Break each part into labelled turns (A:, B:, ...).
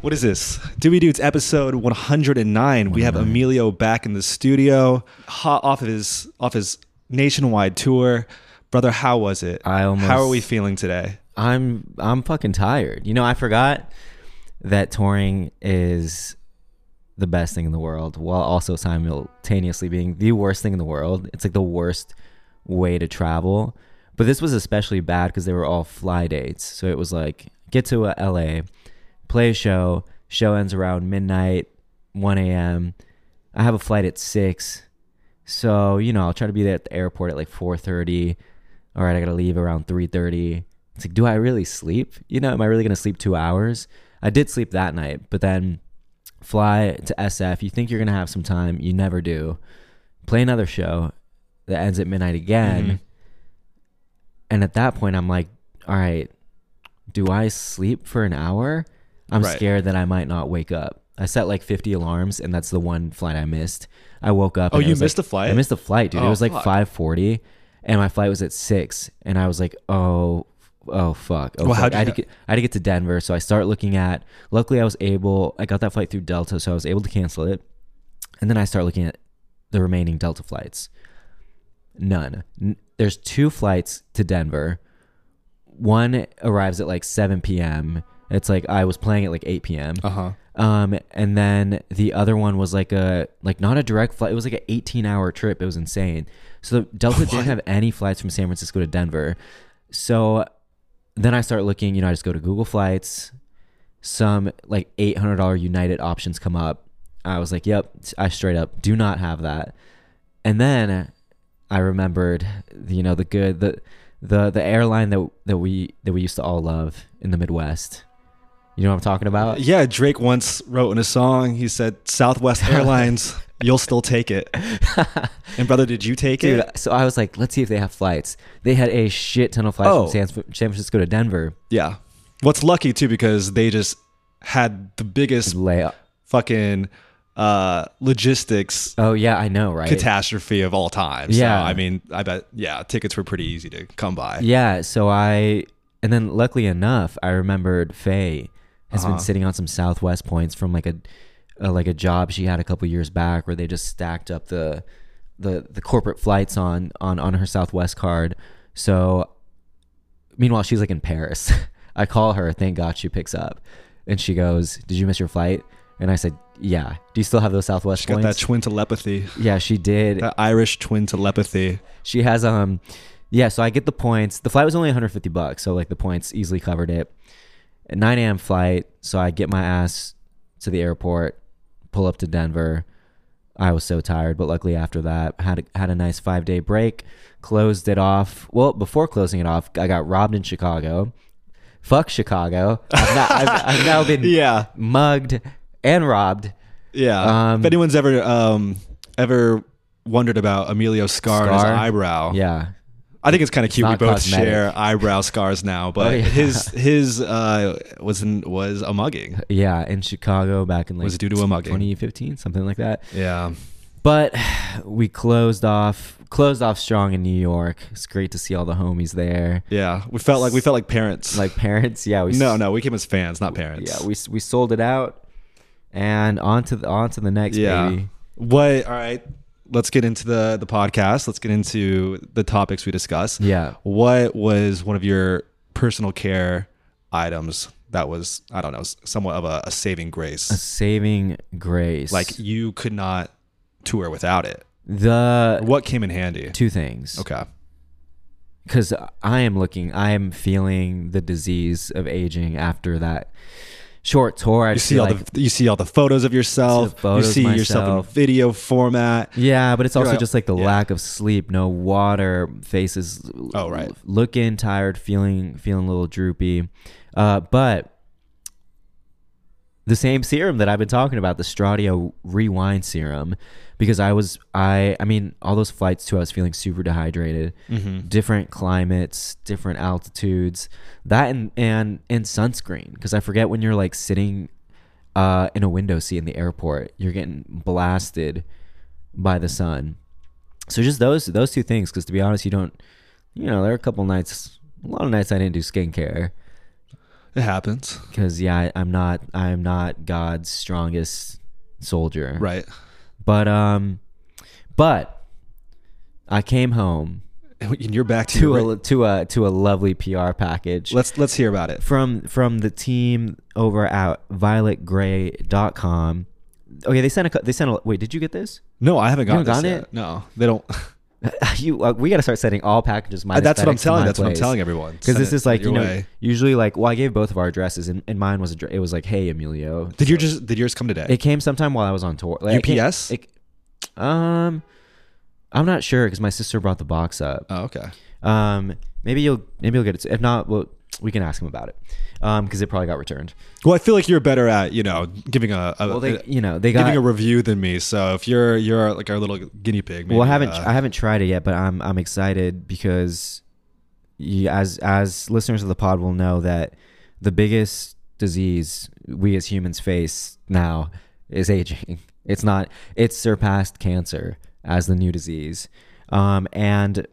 A: What is this? Dewey Dudes episode 109. We have Emilio back in the studio, hot off of his off his nationwide tour. Brother, how was it?
B: I almost-
A: how are we feeling today?
B: I'm I'm fucking tired. You know, I forgot that touring is the best thing in the world while also simultaneously being the worst thing in the world. It's like the worst way to travel. But this was especially bad because they were all fly dates. So it was like get to uh, LA, play a show, show ends around midnight, 1 a.m. I have a flight at 6. So, you know, I'll try to be there at the airport at like 4:30. All right, I got to leave around 3:30. It's like, do I really sleep? You know, am I really going to sleep 2 hours? I did sleep that night, but then fly to SF. You think you're going to have some time, you never do. Play another show that ends at midnight again. And at that point, I'm like, all right, do I sleep for an hour? I'm
A: Right.
B: scared that I might not wake up. I set like 50 alarms, and that's the one flight I missed. I woke up.
A: Oh,
B: and it
A: you
B: was, like-
A: missed a flight?
B: I missed the flight, dude.
A: Oh,
B: it was like
A: fuck.
B: 5:40, and my flight was at six, and I was like, oh, oh fuck. Oh,
A: Well, how'd
B: fuck.
A: you
B: I had to
A: know-
B: get, I had to get to Denver, so I start looking at. Luckily, I was able. I got that flight through Delta, so I was able to cancel it, and then I start looking at the remaining Delta flights. None. N- There's two flights to Denver. One arrives at like 7 p.m. It's like I was playing at like 8 p.m.
A: Uh huh.
B: Um, and then the other one was like a like not a direct flight. It was like an 18 hour trip. It was insane. So Delta didn't have any flights from San Francisco to Denver. So then I start looking. You know, I just go to Google Flights. Some like $800 United options come up. I was like, "Yep." I straight up do not have that. And then I remembered, you know, the good the the the airline that that we that we used to all love in the Midwest. You know what I'm talking about?
A: Uh, Yeah, Drake once wrote in a song. He said, "Southwest Airlines, you'll still take it." And brother, did you take
B: Dude,
A: it?
B: so I was like, let's see if they have flights. They had a shit ton of flights
A: Oh.
B: from San, San Francisco to Denver.
A: Yeah. What's lucky too, because they just had the biggest
B: Lay
A: fucking uh, logistics
B: Oh yeah, I know, right?
A: catastrophe of all time.
B: Yeah.
A: So, I mean, I bet, yeah, tickets were pretty easy to come by.
B: Yeah, so I and then luckily enough, I remembered Faye has
A: Uh-huh.
B: been sitting on some Southwest points from like a, a like a job she had a couple years back where they just stacked up the the the corporate flights on on on her Southwest card. So meanwhile, she's like in Paris. I call her, thank God she picks up. And she goes, "Did you miss your flight?" And I said, "Yeah. Do you still have those Southwest
A: She got
B: points?"
A: that twin telepathy,
B: yeah, she did.
A: that Irish twin telepathy.
B: She has um yeah, so I get the points. The flight was only 150 bucks, so like the points easily covered it. At 9 a.m. flight, so I get my ass to the airport, pull up to Denver. I was so tired, but luckily after that, had a, had a nice five day break. Closed it off. Well, before closing it off, I got robbed in Chicago. Fuck Chicago. I've, not, I've, I've now been
A: Yeah.
B: mugged and robbed.
A: Yeah.
B: Um,
A: if anyone's ever, um, ever wondered about Emilio scar, and his
B: Scar?
A: eyebrow,
B: Yeah,
A: I think it's kind of cute. We
B: not
A: both
B: cosmetic.
A: share eyebrow scars now, but
B: Oh, yeah.
A: his, his, uh, was, an, was a mugging.
B: yeah, in Chicago back in like
A: Was due to a mugging.
B: 2015, something like that.
A: Yeah.
B: But we closed off closed off strong in New York. It's great to see all the homies there.
A: Yeah. We felt like, we felt like parents.
B: Like parents, yeah, we
A: no, no, we came as fans, not parents.
B: Yeah, we we sold it out and on to the on to the next baby.
A: What? All right. Let's get into the the podcast. Let's get into the topics we discuss.
B: Yeah.
A: What was one of your personal care items that was I don't know somewhat of a, a saving grace?
B: A saving grace.
A: like you could not tour without it.
B: the
A: What came in handy?
B: two things.
A: Okay.
B: because I am looking, I am feeling the disease of aging after that short tour. I
A: You
B: just
A: see
B: feel
A: all
B: like,
A: the you see all the photos of yourself. you
B: photos
A: see yourself in
B: myself.
A: video format.
B: Yeah, but it's also
A: right.
B: just like the
A: Yeah.
B: lack of sleep, no water, faces.
A: Oh, right.
B: Looking tired, feeling feeling a little droopy, uh, but the same serum that I've been talking about, the Stradio Rewind serum, because I was I I mean all those flights too, I was feeling super dehydrated. Different climates, different altitudes, that and and and sunscreen because I forget when you're like sitting uh, in a window seat in the airport, you're getting blasted by the sun. So just those those two things, because to be honest, you don't, you know, there are a couple nights, a lot of nights I didn't do skincare.
A: It happens.
B: because yeah, I, I'm not I'm not God's strongest soldier.
A: Right.
B: But um, but I came home
A: And you're back to,
B: to
A: your,
B: a to a to a lovely PR package
A: let's let's hear about it.
B: from from the team over at violetgray.com. Okay, they sent a cou- they sent a wait. Did you get this?
A: No, I haven't gotten,
B: haven't
A: this
B: gotten
A: yet.
B: it?
A: No, they don't.
B: you uh, we got to start setting all packages. minus
A: that's what I'm
B: FedEx to
A: telling.
B: my
A: That's what I'm
B: place.
A: telling everyone.
B: Because this is like you know
A: Way.
B: usually like well I gave both of our addresses and, and mine was a, it was like hey Emilio
A: Did your just did yours come today?
B: It came sometime while I was on tour. Like, it came-
A: UPS?
B: it- um, I'm not sure because my sister brought the box up.
A: oh, okay.
B: Um, maybe you'll maybe you'll get it. If not, well, we can ask him about it. Um, because it probably got returned.
A: Well, I feel like you're better at you know giving a, a,
B: Well, they
A: a-
B: you know they got.
A: giving a review than me. So if you're you're like our little guinea pig. Maybe,
B: well, I haven't
A: uh,
B: I haven't tried it yet, but I'm I'm excited because, you, as as listeners of the pod will know that the biggest disease we as humans face now is aging. It's not it's surpassed cancer as the new disease, um, and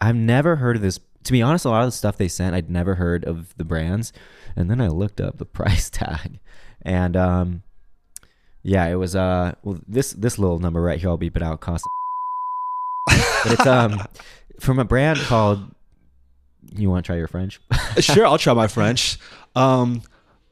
B: I've never heard of this. To be honest, a lot of the stuff they sent, I'd never heard of the brands, and then I looked up the price tag, and um, yeah, it was uh, well, this this little number right here, I'll beep it out, cost, but it's um, from a brand called. You want to try your French?
A: sure, I'll try my French. Um,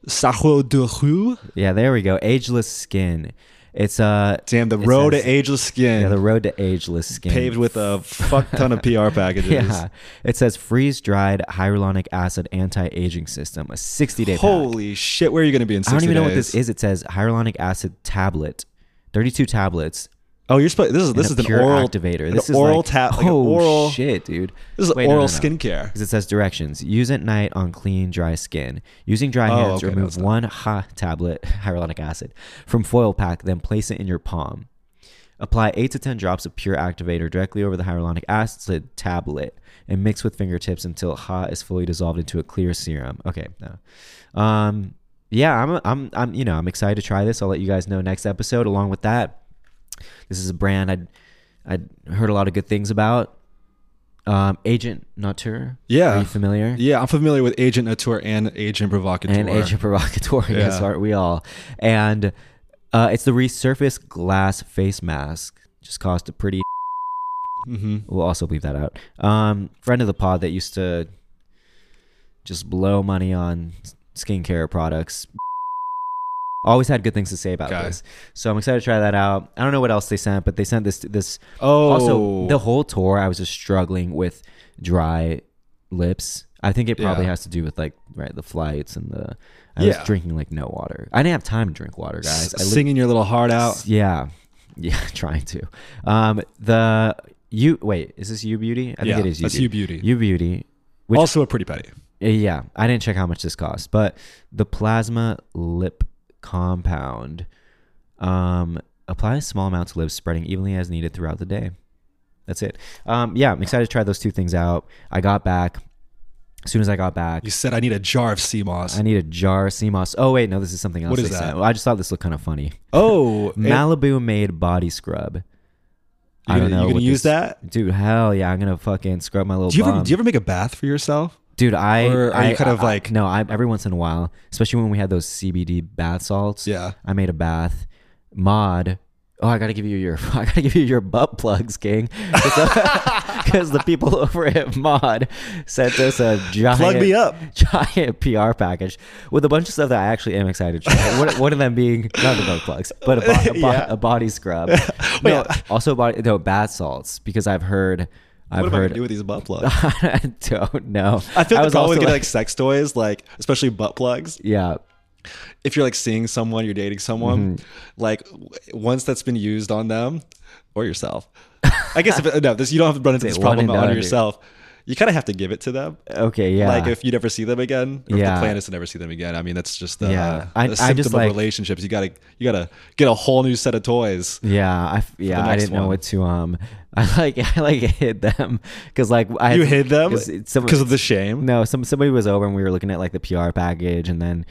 A: Sajo de Roux.
B: yeah, there we go. Ageless skin. It's uh,
A: Damn, the
B: It
A: road
B: says-
A: to ageless skin
B: yeah, the road to ageless skin.
A: paved with a fuck ton of PR packages.
B: Yeah, it says freeze dried hyaluronic acid anti aging system, a sixty day. pack.
A: Holy shit, where are you going to be in 60
B: I don't even know what
A: days?
B: this is. It says hyaluronic acid tablet, 32 tablets.
A: Oh, you're supposed. This is
B: and
A: this
B: a
A: is an
B: pure
A: oral
B: activator.
A: an
B: This is
A: oral
B: like,
A: tap. Like an
B: oh
A: oral.
B: shit, dude.
A: This is
B: Wait, no,
A: oral
B: no, no.
A: skincare.
B: 'Cause it says directions: use at night on clean, dry skin. Using dry
A: Oh,
B: hands,
A: okay, no, it's
B: remove
A: not.
B: one ha tablet hyaluronic acid from foil pack, then place it in your palm. Apply eight to ten drops of pure activator directly over the hyaluronic acid tablet and mix with fingertips until ha is fully dissolved into a clear serum. Okay, no. Um, yeah, I'm, I'm, I'm, you know, I'm excited to try this. I'll let you guys know next episode. Along with that, this is a brand I'd, I'd heard a lot of good things about. Um, Agent Nature.
A: Yeah.
B: Are you familiar?
A: Yeah, I'm familiar with Agent Auteur and Agent Provocateur.
B: And Agent Provocateur, yes,
A: Yeah.
B: aren't we all? And uh, it's the resurfaced glass face mask. Just cost a pretty.
A: hmm
B: We'll also leave that out. Um, friend of the pod that used to just blow money on s- skincare products. Always had good things to say about
A: Okay.
B: this, so I'm excited to try that out. I don't know what else they sent, but they sent this this
A: Oh,
B: also, the whole tour, I was just struggling with dry lips. I think it probably
A: Yeah.
B: has to do with like right the flights and the. I
A: Yeah.
B: was drinking like no water. I didn't have time to drink water,
A: s-
B: guys. I
A: singing your little heart out.
B: Oh, Yeah, yeah, trying to. Um, the you wait, is this you beauty? I think
A: Yeah,
B: it is you.
A: that's
B: beauty.
A: You Beauty.
B: You beauty. Which,
A: also, a pretty petty.
B: uh, yeah, I didn't check how much this cost, but the plasma lip compound. Um, apply a small amount to lips, spreading evenly as needed throughout the day. That's it. Um, yeah, I'm excited to try those two things out. I got back. As soon as I got back,
A: You said I need a jar of sea moss.
B: I need a jar of sea moss. Oh wait, no, this is something else.
A: What is
B: they sent.
A: that?
B: Well, I just thought this looked kind of funny.
A: oh, and
B: Malibu made body scrub.
A: you
B: I
A: gonna,
B: don't know.
A: You
B: what
A: gonna use
B: this-
A: that?
B: dude? Hell yeah, I'm gonna fucking scrub my little.
A: Do you ever
B: bum.
A: do you ever make a bath for yourself?
B: Dude, I
A: Or are you
B: I-
A: kind of
B: I-
A: like-
B: no? I every once in a while, especially when we had those CBD bath salts.
A: Yeah.
B: I made a bath. Mod, oh, I gotta give you your I gotta give you your butt plugs, King, because the people over at Mod sent us a giant
A: Plug me up.
B: giant PR package with a bunch of stuff that I actually am excited to try. one, one of them being not the butt plugs, but a, bo- a, bo-
A: Yeah.
B: a body scrub.
A: Wait, uh,
B: no, also body no bath salts because I've heard. I've
A: What am I
B: heard
A: gonna do with these butt plugs?
B: I don't know.
A: I feel like the problem
B: was
A: with
B: also
A: getting like, sex toys, like especially butt plugs.
B: yeah,
A: If you're like seeing someone, you're dating someone,
B: Mm-hmm.
A: like w- once that's been used on them or yourself. I guess if uh, no, this you don't have to run into
B: Say
A: this
B: one
A: problem
B: and
A: on
B: done,
A: yourself. You kind of have to give it to them.
B: okay, yeah.
A: Like if you never see them again, or if
B: Yeah.
A: the plan is to never see them again. I mean, that's just the,
B: Yeah.
A: uh,
B: I-
A: the
B: I
A: symptom
B: just,
A: of
B: like-
A: relationships. You gotta you gotta get a whole new set of toys.
B: yeah, I f- yeah, I
A: next
B: didn't
A: one.
B: know what to um. I like I like hit them because like I
A: You hid them
B: it's- some-
A: because of the shame.
B: No, some somebody was over and we were looking at like the PR package and then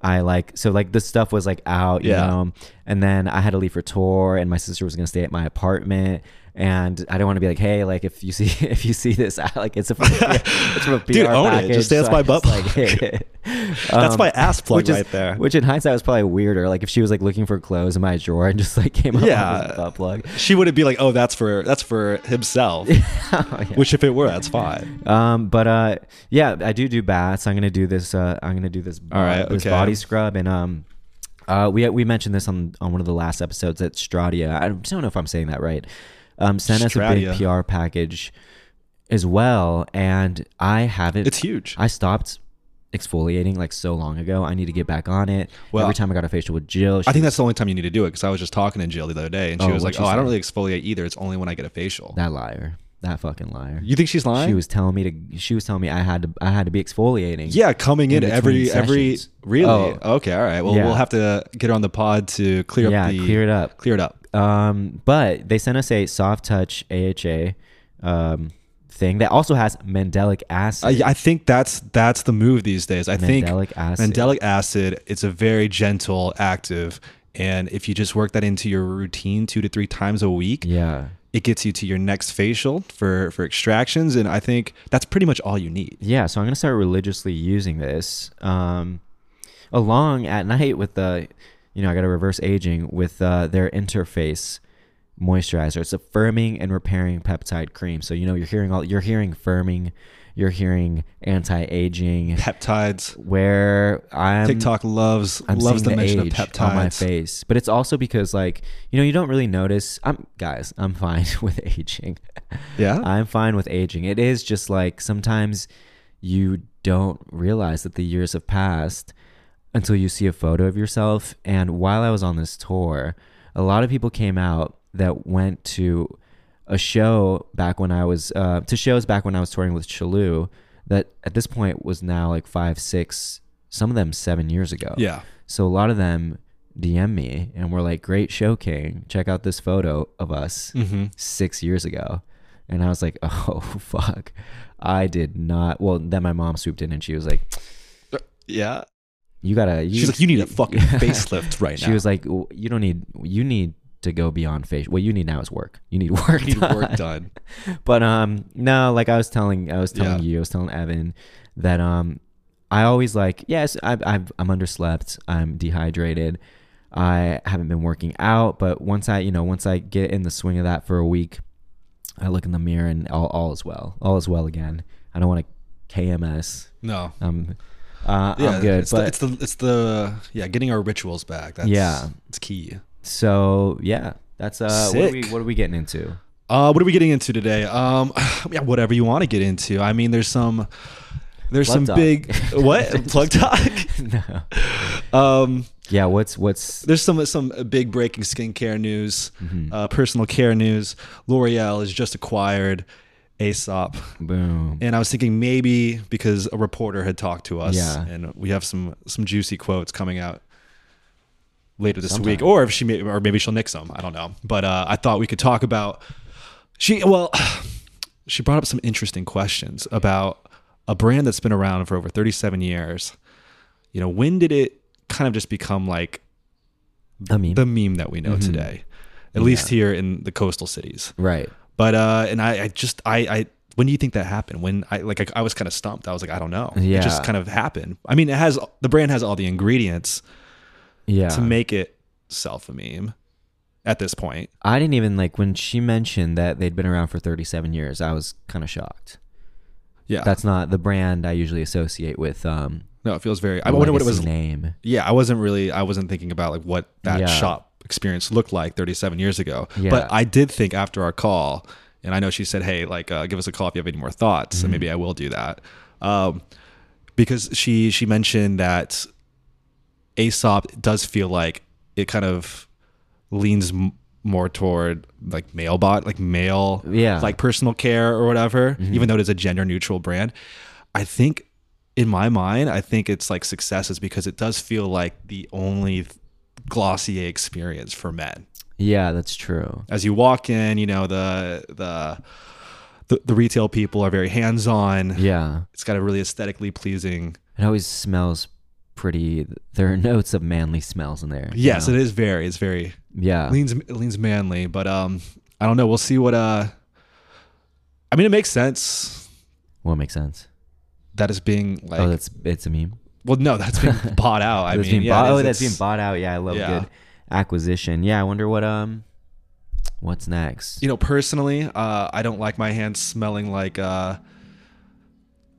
B: I like so like the stuff was like out, you
A: Yeah.
B: know. And then I had to leave for tour and my sister was gonna stay at my apartment and I don't want to be like, hey, like if you see if you see this, I, like it's a it's from a PR
A: Dude, own it.
B: package.
A: Just say it's
B: I
A: my butt
B: just, like, hit it.
A: That's my ass plug
B: Um, which is-
A: right there.
B: Which in hindsight was probably weirder. Like if she was like looking for clothes in my drawer and just like came up
A: Yeah.
B: with a butt plug.
A: she wouldn't be like, "Oh, that's for that's for himself."
B: Oh, yeah.
A: Which, if it were, that's fine.
B: Um, but uh, yeah, I do do baths. I'm gonna do this. Uh, I'm gonna do this.
A: All right,
B: this
A: okay.
B: body scrub and um, uh, we we mentioned this on on one of the last episodes at Stradia. I don't know if I'm saying that right. Um, sent us a
A: Stradia.
B: big PR package as well, and I haven't.
A: It's huge.
B: I stopped exfoliating like so long ago. I need to get back on it.
A: Well,
B: Every time I got a facial with Jill, she
A: I think that's the only time you need to do it because I was just talking to Jill the other day, and she
B: Oh,
A: was
B: what'd
A: like,
B: she
A: "Oh, I don't
B: say?
A: really exfoliate either. It's only when I get a facial."
B: that liar, that fucking liar.
A: You think she's lying?
B: She was telling me to. She was telling me I had to. I had to be exfoliating.
A: yeah, coming in,
B: in
A: every
B: between
A: every
B: sessions.
A: really.
B: Oh.
A: Okay, all right. Well,
B: Yeah.
A: we'll have to get her on the pod to clear
B: yeah.
A: up the
B: clear it up.
A: clear it up.
B: Um, but they sent us a soft touch AHA um, thing that also has mandelic acid.
A: I, I think that's that's the move these days. I think
B: Mandelic acid.
A: Mandelic acid. It's a very gentle active, and if you just work that into your routine two to three times a week,
B: yeah.
A: it gets you to your next facial for for extractions, and I think that's pretty much all you need.
B: Yeah. So I'm gonna start religiously using this um, along at night with the, you know, I got a reverse aging with uh, their interface moisturizer. It's a firming and repairing peptide cream. So you know you're hearing all you're hearing firming, you're hearing anti-aging.
A: Peptides.
B: Where I'm
A: TikTok loves
B: I'm
A: loves the,
B: seeing
A: mention of
B: age on my
A: peptides.
B: face, but it's also because like you know you don't really notice. I'm guys, I'm fine with aging.
A: Yeah?
B: I'm fine with aging. It is just like sometimes you don't realize that the years have passed until you see a photo of yourself. And while I was on this tour, a lot of people came out that went to a show back when I was uh, to shows back when I was touring with Chalou that at this point was now like five, six, some of them seven years ago.
A: Yeah.
B: So a lot of them DM me and were like, "Great show, King. Check out this photo of us
A: Mm-hmm.
B: six years ago." And I was like, "Oh fuck, I did not." Well, then my mom swooped in and she was like,
A: Yeah.
B: "You gotta." You,
A: She's like, you need a fucking facelift right now.
B: She was like, "W- "You don't need. You need to go beyond face. What you need now is work. You need work.
A: you need
B: done."
A: work done.
B: but um no like i was telling i was telling
A: Yeah.
B: you i was telling evan that um i always like yes I, I've, i'm underslept i'm dehydrated i haven't been working out but once i you know once i get in the swing of that for a week i look in the mirror and all, all is well all is well again i don't want to kms
A: No.
B: um uh,
A: Yeah,
B: i'm good
A: It's,
B: but
A: the, it's the it's the yeah, getting our rituals back. That's
B: Yeah.
A: it's key.
B: so yeah that's uh what are, we,
A: Sick.
B: what are we getting into
A: Uh, what are we getting into today? Um, yeah, whatever you want to get into. I mean, there's some there's
B: Plug
A: some
B: talk.
A: big what plug talk.
B: no
A: Um,
B: yeah what's what's
A: there's some some big breaking skincare news,
B: Mm-hmm.
A: uh, personal care news. L'Oreal has just acquired Aesop,
B: boom
A: and I was thinking maybe because a reporter had talked to us,
B: Yeah.
A: and we have some some juicy quotes coming out later this
B: Sometime.
A: week, or if she may, or maybe she'll nick some. I don't know, but uh, I thought we could talk about she. Well, she brought up some interesting questions about a brand that's been around for over 37 years. You know, when did it kind of just become like
B: i mean
A: the meme that we know
B: Mm-hmm.
A: today, at least here in the coastal cities.
B: right
A: But uh, and I, I just I, I when do you think that happened? When I like I, I was kind of stumped. I was like I don't know.
B: Yeah.
A: It just kind of happened. I mean, it has the brand has all the ingredients
B: yeah
A: to make it self a meme at this point.
B: I didn't even like when she mentioned that they'd been around for 37 years. I was kind of shocked.
A: Yeah,
B: That's not the brand I usually associate with. Um,
A: no, it feels very. I wonder what it
B: legacy
A: was.
B: Name.
A: Yeah, I wasn't really. I wasn't thinking about like what that
B: Yeah.
A: shop experience looked like 37 years ago.
B: Yeah.
A: But I did think after our call, and I know she said, "Hey, like, uh, give us a call if you have any more thoughts,"
B: Mm-hmm.
A: and maybe I will do that. Um, because she she mentioned that Aesop does feel like it kind of leans m- more toward like male bot, like male,
B: Yeah. Mm-hmm.
A: like personal care or whatever. Even though it is a gender neutral brand, I think in my mind, I think it's like success is because it does feel like the only Glossier experience for men.
B: Yeah, that's true.
A: As you walk in, you know the the the, the retail people are very hands on.
B: Yeah,
A: It's got a really aesthetically pleasing.
B: it always smells pretty. There are notes of manly smells in there. you
A: Yes,
B: know?
A: it is very. It's very
B: yeah.
A: leans it leans manly, but um, I don't know. We'll see what uh. I mean, it makes sense
B: Well, it makes sense.
A: that is being like
B: oh, that's it's a meme.
A: Well, no, that's being bought out. I
B: that's
A: mean,
B: being
A: yeah,
B: bought.
A: it
B: Oh,
A: is-
B: that's being
A: it's-
B: bought out. Yeah, I love
A: Yeah.
B: good acquisition. Yeah, I wonder what um, what's next?
A: You know, personally, uh, I don't like my hands smelling like uh,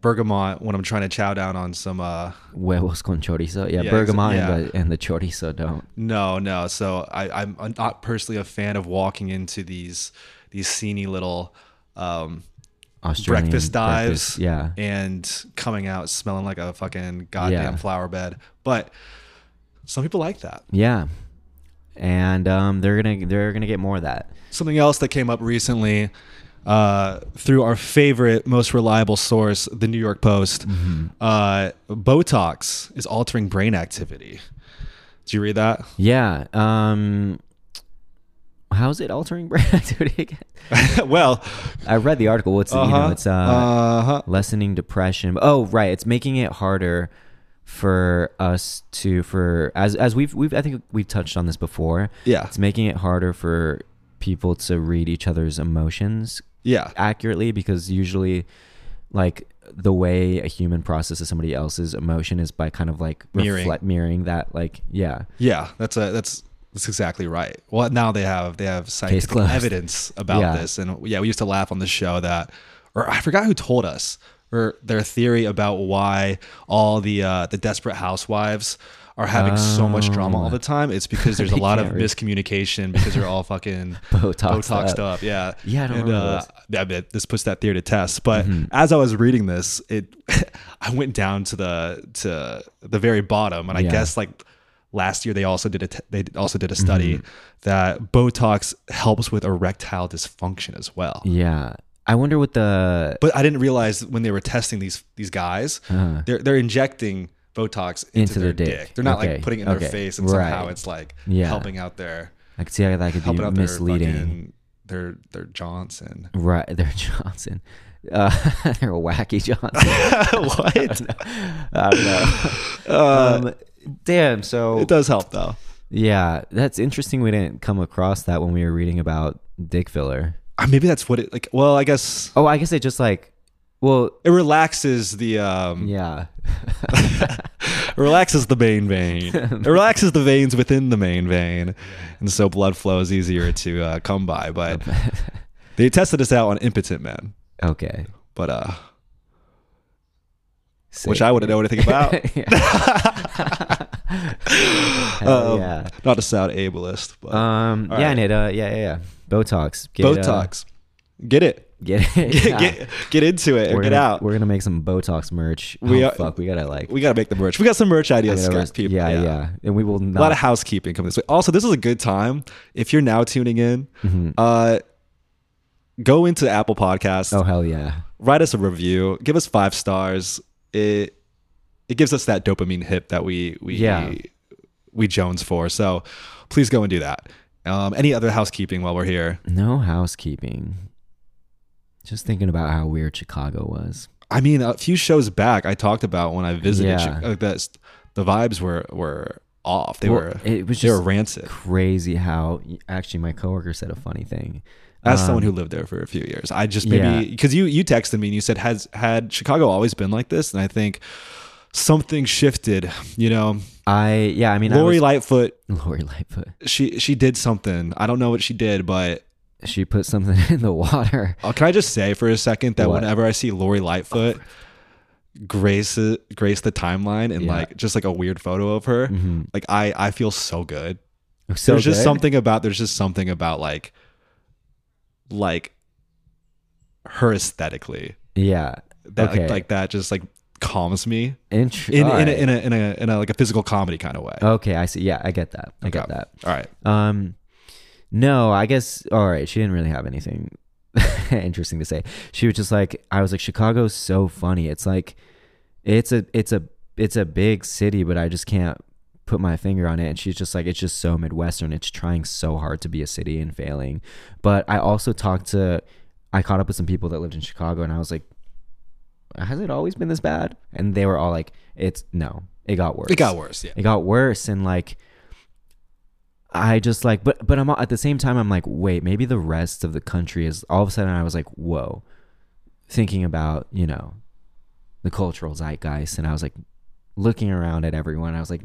A: bergamot when I'm trying to chow down on some. Uh,
B: Huevos con chorizo. Yeah,
A: Yeah,
B: bergamot
A: exa-
B: and, the, and the chorizo don't.
A: no, no. So I, I'm uh, not personally a fan of walking into these these sceney little um,
B: Australian
A: breakfast dives
B: breakfast, Yeah.
A: and coming out smelling like a fucking goddamn
B: Yeah.
A: flower bed. But some people like that.
B: Yeah. And um, they're gonna they're gonna get more of that.
A: Something else that came up recently uh, through our favorite, most reliable source, the New York Post
B: Mm-hmm.
A: uh, Botox is altering brain activity. Did you read that?
B: Yeah. Um, how's it altering brain activity again?
A: well,
B: I read the article. What's you know
A: uh-huh,
B: it's uh,
A: uh-huh.
B: lessening depression. Oh, right. It's making it harder for us to for as as we've we've I think we've touched on this before.
A: Yeah.
B: It's making it harder for people to read each other's emotions
A: Yeah.
B: accurately because usually like the way a human processes somebody else's emotion is by kind of like
A: Mirroring.
B: reflect mirroring that like yeah
A: Yeah, that's a that's that's exactly right. Well, now they have they have scientific
B: closed.
A: evidence about
B: Yeah.
A: this, and yeah, we used to laugh on the show that, or I forgot who told us, or their theory about why all the uh, the desperate housewives are having so much drama all the time. It's because there's a
B: They
A: lot of
B: Oh. can't read.
A: miscommunication because they're all fucking
B: Botoxed
A: Botoxed
B: up.
A: up. Yeah,
B: Yeah, I don't
A: and,
B: remember Mm-hmm.
A: uh, I bet this puts that theory to test. But as I was reading this, it I went down to the to the very bottom, and I
B: Yeah.
A: guess like last year they also did a t- they also did a study that Botox helps with erectile dysfunction as well.
B: yeah i wonder what the
A: But I didn't realize when they were testing these these guys, they're they're injecting Botox into,
B: Into
A: their
B: their
A: dick.
B: dick.
A: They're not
B: Okay.
A: like putting it in
B: Okay.
A: their face, and
B: Right.
A: somehow it's like
B: Yeah.
A: helping out their
B: i could see how that could
A: helping
B: be
A: out their
B: misleading
A: fucking, their their Johnson.
B: right they're johnson uh they're wacky johnson
A: what? Uh,
B: i don't know um, damn so
A: It does help though.
B: yeah that's interesting we didn't come across that when we were reading about dick filler
A: Uh, Maybe that's what it like. Well, I guess
B: oh i guess it just like well
A: it relaxes the um
B: yeah
A: relaxes the main vein. it relaxes the veins within the main vein, and so blood flow is easier to uh, come by. But they tested this out on impotent men,
B: okay
A: but uh,
B: Sick.
A: which I wouldn't know anything about. uh,
B: yeah. Hell
A: Um,
B: Oh, yeah.
A: Not to sound ableist, but
B: Um, yeah,
A: right.
B: and it, uh, yeah, yeah, yeah. Botox. Get, uh,
A: Botox, get it,
B: get it.
A: get,
B: yeah.
A: get get into it,
B: we're
A: and get
B: gonna,
A: out.
B: We're going to make some Botox merch.
A: We
B: oh,
A: are-
B: fuck. We got to, like,
A: We gotta make the merch. We got some merch ideas,
B: gotta-
A: guys, people.
B: yeah, yeah, And we will
A: a lot of
B: not.
A: housekeeping coming this way. Also, this is a good time if you're now tuning in.
B: mm-hmm.
A: Uh, go into Apple Podcasts,
B: Oh, hell yeah.
A: write us a review, give us five stars. It it gives us that dopamine hit that we we
B: Yeah.
A: we Jones for. So please go and do that. Um, any other housekeeping while we're here?
B: No housekeeping. Just thinking about how weird Chicago was.
A: I mean, a few shows back, I talked about when I visited.
B: Yeah.
A: Chi- uh, the, the vibes were were off. They
B: Well,
A: were
B: it was
A: they were
B: just
A: rancid.
B: Crazy how, actually, my coworker said a funny thing.
A: As
B: Um,
A: someone who lived there for a few years, I just maybe because you you texted me and you said has had Chicago always been like this, and I think something shifted. You know,
B: I, yeah, I mean,
A: Lori
B: I
A: Lightfoot,
B: was, Lori Lightfoot.
A: she she did something. I don't know what she did, but
B: She put something in the water.
A: uh, can I just say for a second that
B: What?
A: whenever I see Lori Lightfoot grace grace the timeline and
B: Yeah. Mm.
A: like just like a weird photo of her, like I I feel so good.
B: So
A: Mm-hmm. there's just
B: good.
A: something about there's just something about like like her aesthetically
B: Yeah.
A: that
B: okay.
A: like, like that just like calms me
B: Int-
A: in in,
B: alright.
A: a, in a in a in a like a physical comedy kind of way.
B: okay, I see. Yeah, I get that. I get
A: Okay.
B: that.
A: All right,
B: Um, no, I guess. All right, she didn't really have anything interesting to say. She was just like, I was like, Chicago's so funny. It's like, it's a, it's a, it's a big city, but I just can't put my finger on it. And she's just like, it's just so midwestern. It's trying so hard to be a city and failing. But I also talked to, I caught up with some people that lived in Chicago, and I was like. Has it always been this bad? And they were all like, "It's no, it got worse.
A: it got worse. Yeah,
B: it got worse and like i just like but but i'm at the same time i'm like wait maybe the rest of the country is all of a sudden i was like whoa thinking about you know the cultural zeitgeist and i was like looking around at everyone. I was like,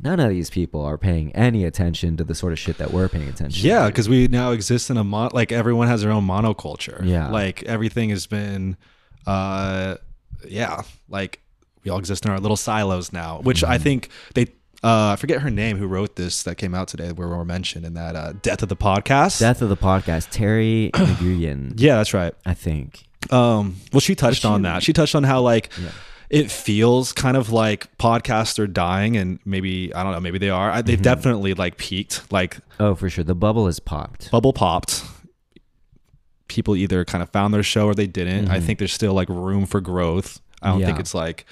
B: none of these people are paying any attention to the sort of shit that we're paying attention.
A: Yeah,
B: to.
A: because we now exist in a mon- like everyone has their own monoculture.
B: Yeah.
A: like everything has been, uh, yeah, like we all exist in our little silos now. Which I
B: Mm-hmm.
A: think they, uh, I forget her name who wrote this that came out today where we were mentioned in that uh, death of the podcast.
B: death of the podcast, Terry McGuigan,
A: yeah, that's right.
B: I think.
A: Um, well, she touched on that. She touched on how like it feels kind of like podcasts are dying, and maybe I don't know, maybe they are. I,
B: Mm-hmm.
A: they've definitely like peaked. Like
B: Oh, for sure, the bubble has popped.
A: bubble popped people either kind of found their show or they didn't i think there's still like room for growth i don't think
B: Mm-hmm. Yeah.
A: it's like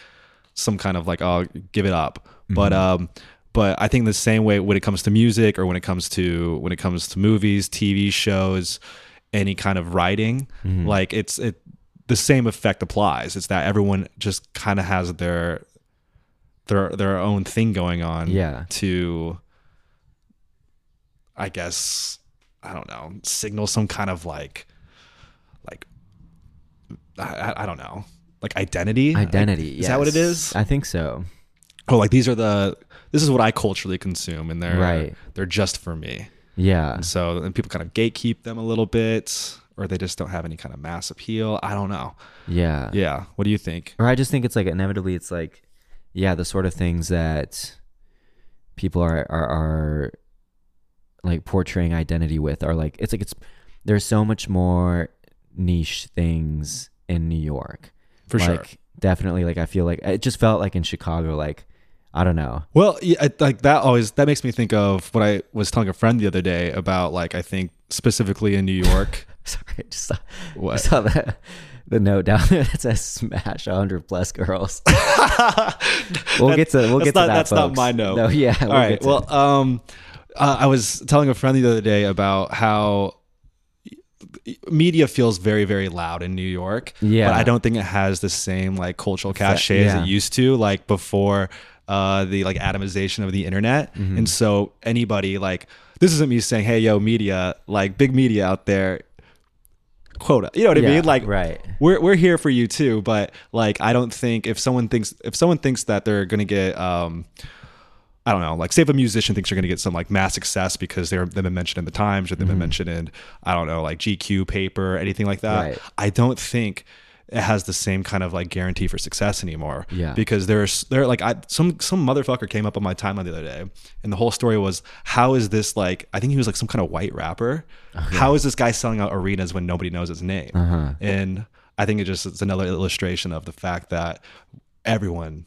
A: some kind of like oh give it up but um but i think the same way when it comes to music or when it comes to when it comes to movies tv shows any kind of writing like it's it the same effect applies it's that everyone just kind of has their their their own thing going on
B: Yeah.
A: to I guess I don't know signal some kind of like like I, I- I don't know like identity
B: Identity.
A: Like, is that what it
B: yes.
A: is
B: I think so.
A: oh like these are the this is what I culturally consume and they're
B: Right. Uh-huh.
A: they're just for me
B: Yeah.
A: so and people kind of gatekeep them a little bit or they just don't have any kind of mass appeal I don't know
B: Yeah.
A: yeah what do you think
B: Or I just think it's like inevitably it's like yeah, the sort of things that people are are, are like portraying identity with are like it's like it's there's so much more niche things in New York.
A: for
B: like,
A: sure
B: Definitely like I feel like it just felt like in Chicago like I don't know.
A: Well, yeah, I- like that always that makes me think of what I was telling a friend the other day about like I think specifically in New York.
B: Sorry, I just saw, I
A: What?
B: saw the, the note down there that says smash 100 plus girls. we'll get
A: That's
B: to we'll get to
A: not-
B: that.
A: that's not
B: folks.
A: my note.
B: No, yeah.
A: All right. Well, um, uh, I was telling a friend the other day about how media feels very very loud in New York.
B: Yeah.
A: But I don't think it has the same like cultural cachet as
B: yeah.
A: it used to like before uh the like atomization of the internet.
B: Mm-hmm.
A: And so anybody like this isn't me saying hey yo media like big media out there quota. You know what I mean? Like
B: right.
A: we're we're here for you too, but like I don't think if someone thinks if someone thinks that they're gonna get um I don't know, like say if a musician thinks they're gonna get some like mass success because they're they've been mentioned in the Times or they've
B: Mm-hmm.
A: been mentioned in I don't know, like GQ paper, anything like that.
B: Right.
A: I don't think it has the same kind of like guarantee for success anymore.
B: Yeah.
A: Because there's there like I some some motherfucker came up on my timeline the other day and the whole story was how is this like I think he was like some kind of white rapper.
B: Oh,
A: How is this guy selling out arenas when nobody knows his name?
B: Uh-huh.
A: And I think it just it's another illustration of the fact that everyone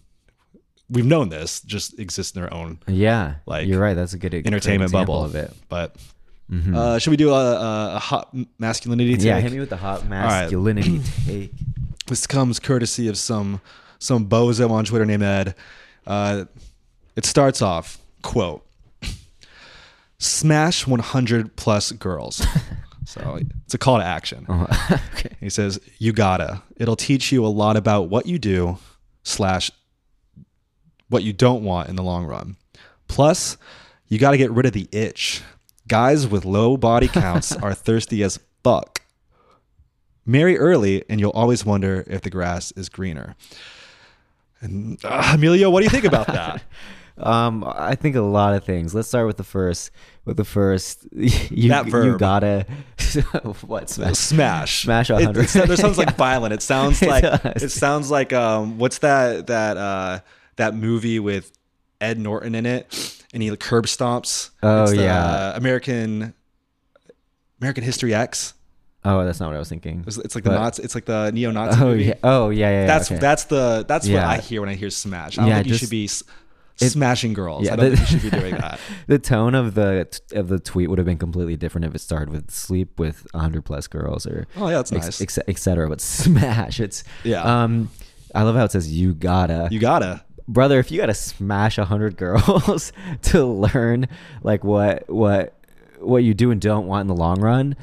A: we've known this just exists in their own
B: Yeah.
A: like,
B: you're right. That's a good e-
A: entertainment
B: example
A: bubble
B: of it.
A: But uh, should we do a, a, a hot masculinity take?
B: Mm-hmm. Yeah, hit me with the hot masculinity take.
A: This comes courtesy of some some bozo on Twitter named Ed. Uh, it starts off quote: "Smash 100 plus girls." so it's a call to
B: Oh,
A: action.
B: okay.
A: He says, "You gotta. It'll teach you a lot about what you do slash what you don't want in the long run. Plus, you gotta get rid of the itch. Guys with low body counts are thirsty as fuck. Marry early, and you'll always wonder if the grass is greener." And uh, Emilio, what do you think about that?
B: Um, I think a lot of things. Let's start with the first. With the first, you,
A: That
B: you
A: verb.
B: gotta what smash?
A: Smash,
B: Smash
A: It,
B: 100.
A: it, sounds- it sounds like violent. It sounds
B: It
A: like
B: does.
A: it sounds like um, what's that that uh, that movie with Ed Norton in it, and he curb stomps.
B: Oh,
A: It's the,
B: yeah.
A: uh, American American History X.
B: Oh, that's not what I was thinking.
A: It's, it's like the
B: But-
A: Nazi. It's like the neo-Nazi.
B: Oh
A: movie.
B: yeah. Oh yeah. yeah, yeah
A: That's
B: okay.
A: that's the that's
B: Yeah.
A: what I hear when I hear smash. I don't
B: Yeah,
A: think you
B: just-
A: should be s- smashing girls.
B: yeah,
A: I don't
B: the-
A: think you should be doing that.
B: the tone of the of the tweet would have been completely different if it started with sleep with 100 plus girls or
A: Oh yeah, that's
B: ex-
A: nice.
B: ex- et cetera, but smash it's
A: Yeah.
B: um i love how it says you gotta
A: you gotta.
B: brother if you gotta smash 100 girls to learn like what what what you do and don't want in the long run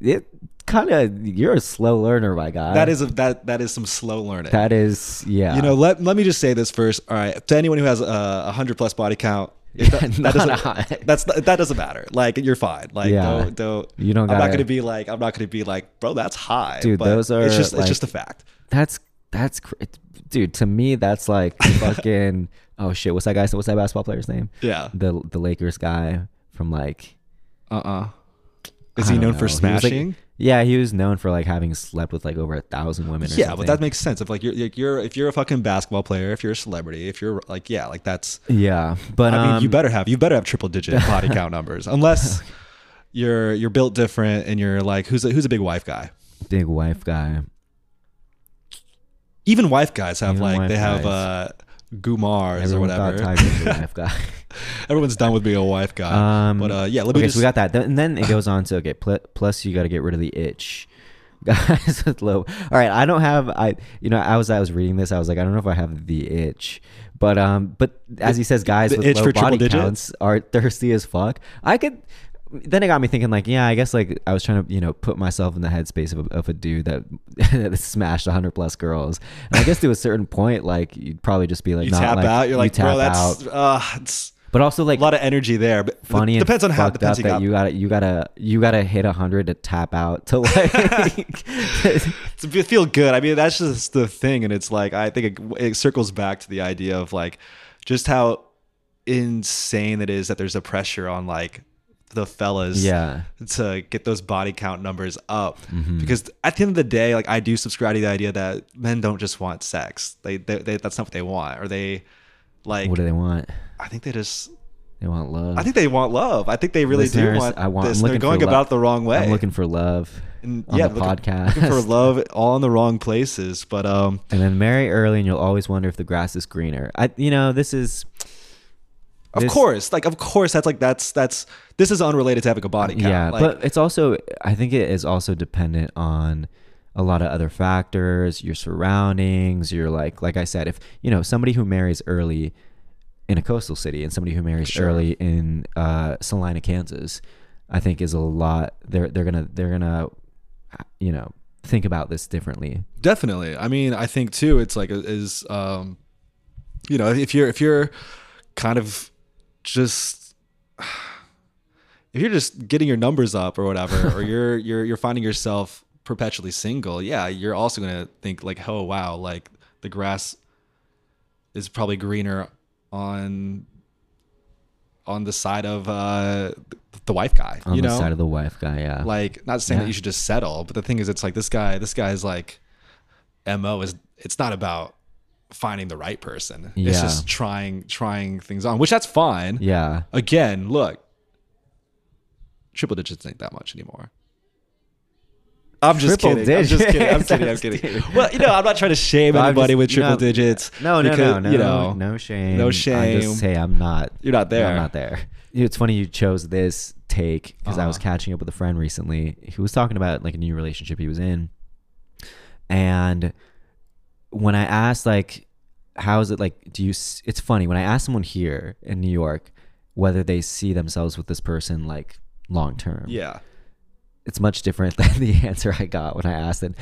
B: it kind of you're a slow learner my guy
A: That is a, that that is some slow learning.
B: that is yeah
A: You know, let, let me just say this first. All right, to anyone who has a hundred plus body count, it-
B: Yeah,
A: that, that
B: not
A: doesn't
B: high.
A: that's that doesn't matter. Like you're fine. Like
B: Yeah.
A: don't don't.
B: You don't
A: I'm not
B: gotta-
A: gonna be like I'm not gonna be like, bro, that's high.
B: Dude, those are,
A: It's just
B: like-
A: it's just a fact.
B: that's that's cr- it- dude, to me that's like fucking oh shit, what's that guy what's that basketball player's name?
A: Yeah.
B: The the Lakers guy from like
A: Uh uh Is
B: uh-uh.
A: he
B: I don't
A: known
B: know.
A: for
B: He was, like-
A: smashing?
B: yeah, he was known for like having slept with like over a thousand women or
A: yeah,
B: something.
A: but that makes sense. If like you're, you're you're if you're a fucking basketball player, if you're a celebrity, if you're like yeah, like that's
B: Yeah. But
A: I mean,
B: um,
A: you better have you better have triple digit body count numbers, unless you're you're built different and you're like who's a, who's a big wife guy.
B: big wife guy.
A: Even wife guys have
B: Even
A: like
B: wife
A: they have uh,
B: guys.
A: gumars
B: Everyone
A: or
B: thought
A: whatever.
B: Tiger was a wife guy.
A: Everyone's done with being a wife guy.
B: Um,
A: but uh, yeah, let me
B: okay,
A: just
B: so we got that, Th- and then it goes on to okay. Pl- plus, you got to get rid of the itch, guys with low. All right, I don't have I. You know, I was I was reading this. I was like, I don't know if I have the itch, but um, but as he says, guys
A: the
B: with
A: itch
B: low
A: for triple
B: body
A: digit?
B: counts are thirsty as fuck. I could. Then it got me thinking, like, yeah, I guess, like, I was trying to, you know, put myself in the headspace of a, of a dude that, that smashed 100 plus girls. And I guess to a certain point, like, you'd probably just be like,
A: you
B: not
A: tap
B: like,
A: out. You're
B: you
A: like,
B: tap
A: bro, that's
B: out.
A: uh, it's
B: But also, like,
A: a lot of energy there. But it
B: funny and
A: depends on how
B: fucked
A: depends
B: up
A: you
B: that
A: got.
B: you gotta you gotta you gotta hit 100 to tap out to like
A: to be- feel good. I mean, that's just the thing, and it's like I think it, it circles back to the idea of like just how insane it is that there's a pressure on like the fellas
B: yeah
A: to get those body count numbers up
B: Mm-hmm.
A: because at the end of the day like i do subscribe to the idea that men don't just want sex they, they, they that's not what they want or they like
B: what do they want
A: i think they just
B: they want love
A: i think they want love i think they really
B: Listeners,
A: do want,
B: I want- I'm
A: this they're
B: looking for
A: going
B: love.
A: about it the wrong way
B: i'm looking for love
A: And,
B: on the
A: looking-
B: podcast
A: looking for love all in the wrong places but um
B: and then marry early and you'll always wonder if the grass is greener i you know this is
A: Of
B: This-
A: course, like of course, that's like that's that's this is unrelated to having a body count.
B: yeah
A: like,
B: but it's also i think it is also dependent on a lot of other factors your surroundings your like like i said if you know somebody who marries early in a coastal city and somebody who marries
A: Sure.
B: early in uh salina kansas i think is a lot they're they're gonna they're gonna you know think about this differently
A: definitely. I mean, I think too, it's like is um, you know, if you're if you're kind of just if you're just getting your numbers up or whatever, or you're you're you're finding yourself perpetually single, yeah, you're also gonna think like, oh wow, like the grass is probably greener on on the side of uh the wife guy
B: on
A: you
B: the
A: know
B: side of the wife guy yeah
A: like not saying that
B: Yeah.
A: you should just settle but the thing is it's like this guy this guy's like mo is it's not about finding the right person it's
B: Yeah.
A: just trying trying things on which that's fine
B: yeah
A: again look triple digits ain't that much anymore I'm just
B: Triple
A: kidding. I'm just kidding. I'm
B: digits.
A: kidding. I'm kidding. Well, you know, I'm not trying to shame
B: I'm
A: anybody
B: just-
A: with
B: you
A: triple
B: know,
A: digits.
B: no no
A: because,
B: no no
A: You know,
B: no shame
A: no
B: i
A: shame.
B: just say i'm not
A: You're not there.
B: I'm not there. It's funny you chose this take because I was
A: Uh-huh.
B: catching up with a friend recently who was talking about like a new relationship he was in, and when I asked like, how is it like? Do you? s- It's funny when I asked someone here in New York whether they see themselves with this person like long term.
A: Yeah.
B: it's much different than the answer I got when I asked it.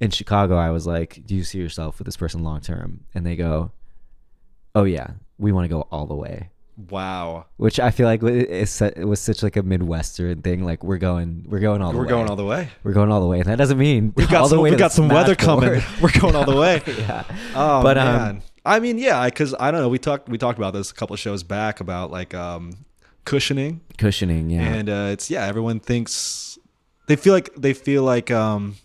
B: In Chicago, I was like, "Do you see yourself with this person long term?" And they go, "Oh yeah, we want to go all the way."
A: Wow.
B: which I feel like wa- is su- was such like a midwestern thing. Like we're going, we're going all the
A: We're
B: way.
A: going all the way.
B: we're going all the way. And that doesn't mean
A: We got
B: all the
A: some.
B: way
A: We
B: to
A: got
B: the
A: some weather coming.
B: Smash
A: We're going all the way.
B: Board. yeah.
A: Oh
B: But, um,
A: man. I mean, yeah, because I don't know. We talked we talked about this a couple of shows back about like um, cushioning,
B: Cushioning. Yeah.
A: and uh, it's yeah, everyone thinks they feel like they feel like um,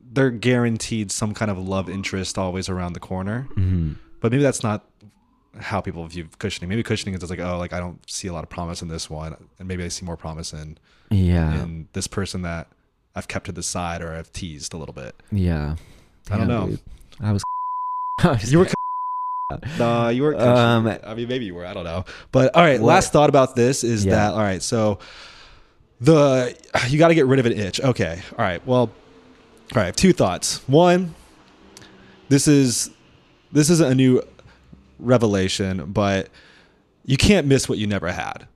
A: they're guaranteed some kind of love interest always around the corner,
B: Mhm.
A: but maybe that's not how people view cushioning. Maybe cushioning is just like oh, like I don't see a lot of promise in this one, and maybe I see more promise in
B: Yeah.
A: in this person that I've kept to the side or I've teased a little bit.
B: yeah.
A: I don't know.
B: dude. I was. I was-
A: You were No, you weren't. country.
B: Um,
A: I mean, maybe you were. I don't know. But all right,
B: Well-
A: last thought about this is
B: Yeah.
A: that all right. So the you got to get rid of an itch. Okay. All right. Well, all right. I have Two thoughts. One, this is this isn't a new revelation, but you can't miss what you never had,